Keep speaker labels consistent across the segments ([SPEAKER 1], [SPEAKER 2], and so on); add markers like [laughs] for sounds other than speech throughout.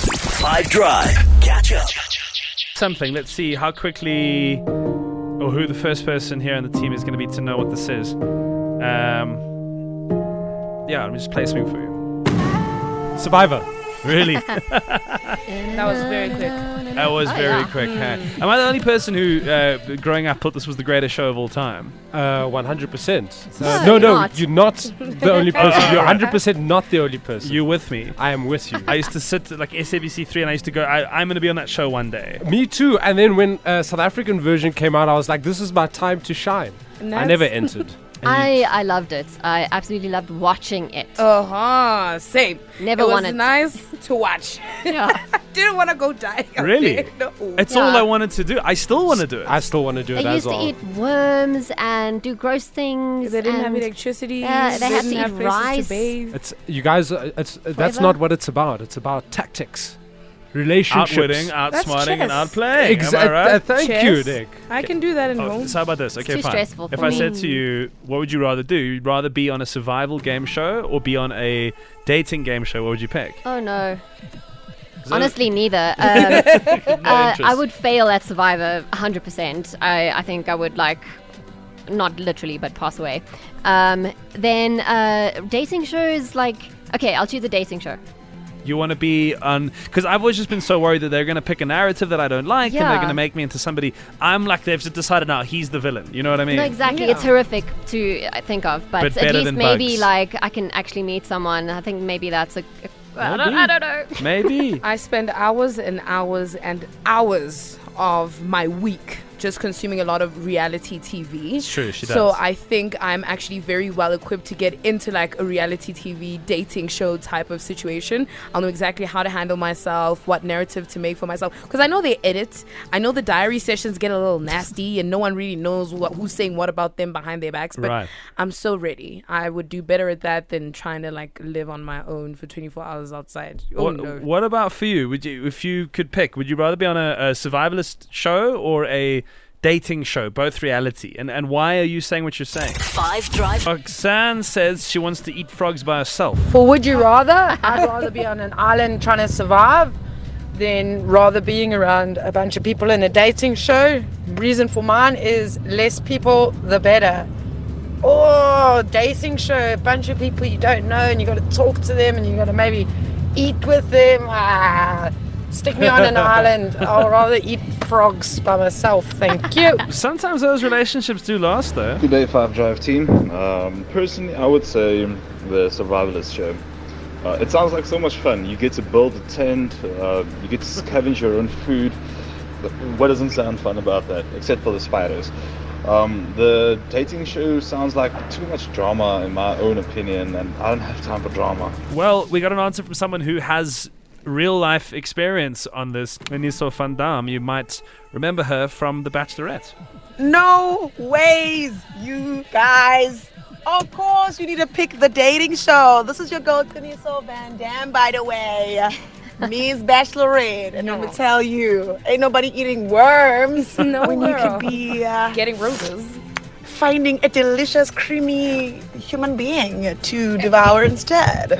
[SPEAKER 1] Five Drive. Catch up.
[SPEAKER 2] something. Let's see how quickly or who the first person here on the team is going to be to know what this is. Um, yeah, let me just play something for you.
[SPEAKER 3] Survivor. [laughs]
[SPEAKER 2] Really,
[SPEAKER 4] That was very quick.
[SPEAKER 2] that was
[SPEAKER 3] Oh,
[SPEAKER 2] very quick. huh?
[SPEAKER 3] Hmm.
[SPEAKER 2] Am I the only person who, uh, growing up, thought this was the greatest show of all time?
[SPEAKER 3] Uh, 100%.
[SPEAKER 5] No,
[SPEAKER 3] Uh, no,
[SPEAKER 5] you're
[SPEAKER 3] no,
[SPEAKER 5] not.
[SPEAKER 3] you're
[SPEAKER 5] [laughs]
[SPEAKER 3] not the only person. You're 100% not the only person.
[SPEAKER 2] You with me?
[SPEAKER 3] I am with you.
[SPEAKER 2] I used to sit at, like SABC three, and I used to go. I, I'm going to be on that show one day.
[SPEAKER 3] Me too. And then when uh, South African version came out, I was like, this is my time to shine. I
[SPEAKER 4] That's-
[SPEAKER 3] never entered. [laughs]
[SPEAKER 5] I, I loved it. I absolutely loved watching it.
[SPEAKER 4] Uh huh. Same.
[SPEAKER 5] Never
[SPEAKER 4] it was
[SPEAKER 5] wanted.
[SPEAKER 4] nice to watch.
[SPEAKER 5] [laughs]
[SPEAKER 4] [laughs]
[SPEAKER 5] Yeah.
[SPEAKER 4] Didn't want to go die. [laughs] out
[SPEAKER 2] Really?
[SPEAKER 4] there, No.
[SPEAKER 2] It's
[SPEAKER 5] Yeah.
[SPEAKER 2] all I wanted to do. I still want to do it.
[SPEAKER 3] I still want to do it
[SPEAKER 5] They
[SPEAKER 3] as
[SPEAKER 5] used to
[SPEAKER 3] well.
[SPEAKER 5] eat worms and do gross things.
[SPEAKER 4] They didn't have
[SPEAKER 5] and-
[SPEAKER 4] electricity.
[SPEAKER 5] Yeah, they had
[SPEAKER 4] didn't
[SPEAKER 5] to
[SPEAKER 4] have
[SPEAKER 5] eat
[SPEAKER 4] places
[SPEAKER 5] rice.
[SPEAKER 4] To bathe.
[SPEAKER 3] It's you guys. Uh, it's uh, that's
[SPEAKER 5] Forever.
[SPEAKER 3] not what it's about. It's about tactics, relationships.
[SPEAKER 2] Outwitting, outsmarting, and
[SPEAKER 4] chess.
[SPEAKER 2] outplaying.
[SPEAKER 3] Exa-
[SPEAKER 2] Am I right?
[SPEAKER 3] uh, thank you,
[SPEAKER 4] Chess.
[SPEAKER 3] Nick.
[SPEAKER 4] I can do that at
[SPEAKER 2] Oh,
[SPEAKER 4] home.
[SPEAKER 2] so how about this? Okay,
[SPEAKER 5] too
[SPEAKER 2] fine.
[SPEAKER 5] stressful
[SPEAKER 2] if
[SPEAKER 5] for
[SPEAKER 2] I
[SPEAKER 5] me.
[SPEAKER 2] said to you, what would you rather do? You'd rather be on a survival game show or be on a dating game show? What would you pick?
[SPEAKER 5] Oh no.
[SPEAKER 2] Is
[SPEAKER 5] Honestly,
[SPEAKER 2] [laughs]
[SPEAKER 5] neither. Um,
[SPEAKER 2] that- no
[SPEAKER 5] uh, I
[SPEAKER 2] interest.
[SPEAKER 5] would fail at Survivor 100%. I, I think I would, like, not literally, but pass away. Um, then uh, dating shows, like, okay, I'll choose a dating show.
[SPEAKER 2] You want to be on? Because I've always just been so worried that they're going to pick a narrative that I don't like, and they're
[SPEAKER 5] Yeah.
[SPEAKER 2] going to make me into somebody. I'm like they've just decided now he's the villain. You know what I mean?
[SPEAKER 5] No, exactly. It's horrific to uh, think of, but,
[SPEAKER 2] But
[SPEAKER 5] at
[SPEAKER 2] better
[SPEAKER 5] least
[SPEAKER 2] than
[SPEAKER 5] maybe,
[SPEAKER 2] bugs.
[SPEAKER 5] like, I can actually meet someone. I think maybe that's a. a- well, I, don't,
[SPEAKER 2] Maybe.
[SPEAKER 5] I don't know. [laughs]
[SPEAKER 2] Maybe.
[SPEAKER 4] I spend hours and hours and hours of my week just consuming a lot of reality TV. It's
[SPEAKER 2] true, she
[SPEAKER 4] So
[SPEAKER 2] does.
[SPEAKER 4] I think I'm actually very well equipped to get into like a reality TV dating show type of situation. I'll know exactly how to handle myself, what narrative to make for myself. Because I know they edit. I know the diary sessions get a little nasty and no one really knows what, who's saying what about them behind their backs. But
[SPEAKER 2] Right.
[SPEAKER 4] I'm so ready. I would do better at that than trying to like live on my own for 24 hours outside. Oh,
[SPEAKER 2] what,
[SPEAKER 4] no.
[SPEAKER 2] what about for you? Would you, if you could pick, would you rather be on a, a survivalist show or a dating show? Both reality. And and why are you saying what you're saying?
[SPEAKER 1] Five Drive.
[SPEAKER 2] Roxanne says she wants to eat frogs by herself.
[SPEAKER 6] Or would you rather? I'd rather be on an island trying to survive than rather being around a bunch of people in a dating show. Reason for mine is less people, the better. Oh, dating show, a bunch of people you don't know, and you got to talk to them, and you got to maybe eat with them. Ah, stick me [laughs] on an island. I'll rather eat frogs by myself. Thank you.
[SPEAKER 2] Sometimes those relationships do last, though.
[SPEAKER 7] Good day, Five Drive team. Um, personally, I would say the Survivalist show. Uh, it sounds like so much fun. You get to build a tent, uh, you get to scavenge your own food. What doesn't sound fun about that, except for the spiders? Um, the dating show sounds like too much drama, in my own opinion, and I don't have time for drama.
[SPEAKER 2] Well, we got an answer from someone who has real life experience on this. Anissa Van Dam. You might remember her from The Bachelorette.
[SPEAKER 8] No ways, you guys. Of course, you need to pick the dating show. This is your go to Niso Van Dam, by the way. Means Bachelorette. And I'm going to tell you, ain't nobody eating worms
[SPEAKER 4] No,
[SPEAKER 8] when you
[SPEAKER 4] girl.
[SPEAKER 8] could be uh,
[SPEAKER 4] [laughs]
[SPEAKER 5] [laughs]
[SPEAKER 4] Getting roses.
[SPEAKER 8] finding a delicious, creamy human being to devour instead.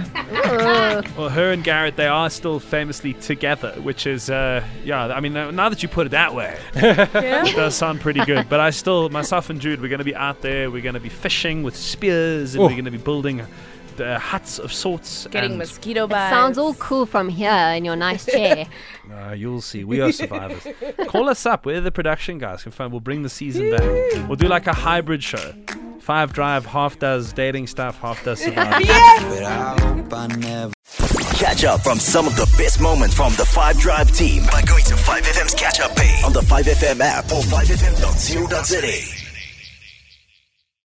[SPEAKER 2] Well, her and Garrett, they are still famously together, which is, uh, yeah, I mean, now that you put it that [laughs] way, it does sound pretty good. But I still, myself and Jude, we're going to be out there, we're going to be fishing with spears, and
[SPEAKER 3] Oh.
[SPEAKER 2] we're going to be building uh, huts of sorts.
[SPEAKER 4] Getting
[SPEAKER 2] and
[SPEAKER 4] mosquito
[SPEAKER 5] It
[SPEAKER 4] bites.
[SPEAKER 5] sounds all cool from here in your nice chair.
[SPEAKER 2] Uh, you'll see. We are survivors. Call us up. We're the production guys. Confirm. We'll bring the season back. We'll do like a hybrid show. Five drive, half does dating stuff, half does surviving.
[SPEAKER 1] Catch up from some of the best moments from the Five Drive team by going to 5FM's catch up page on the 5FM app or 5FM.co.za.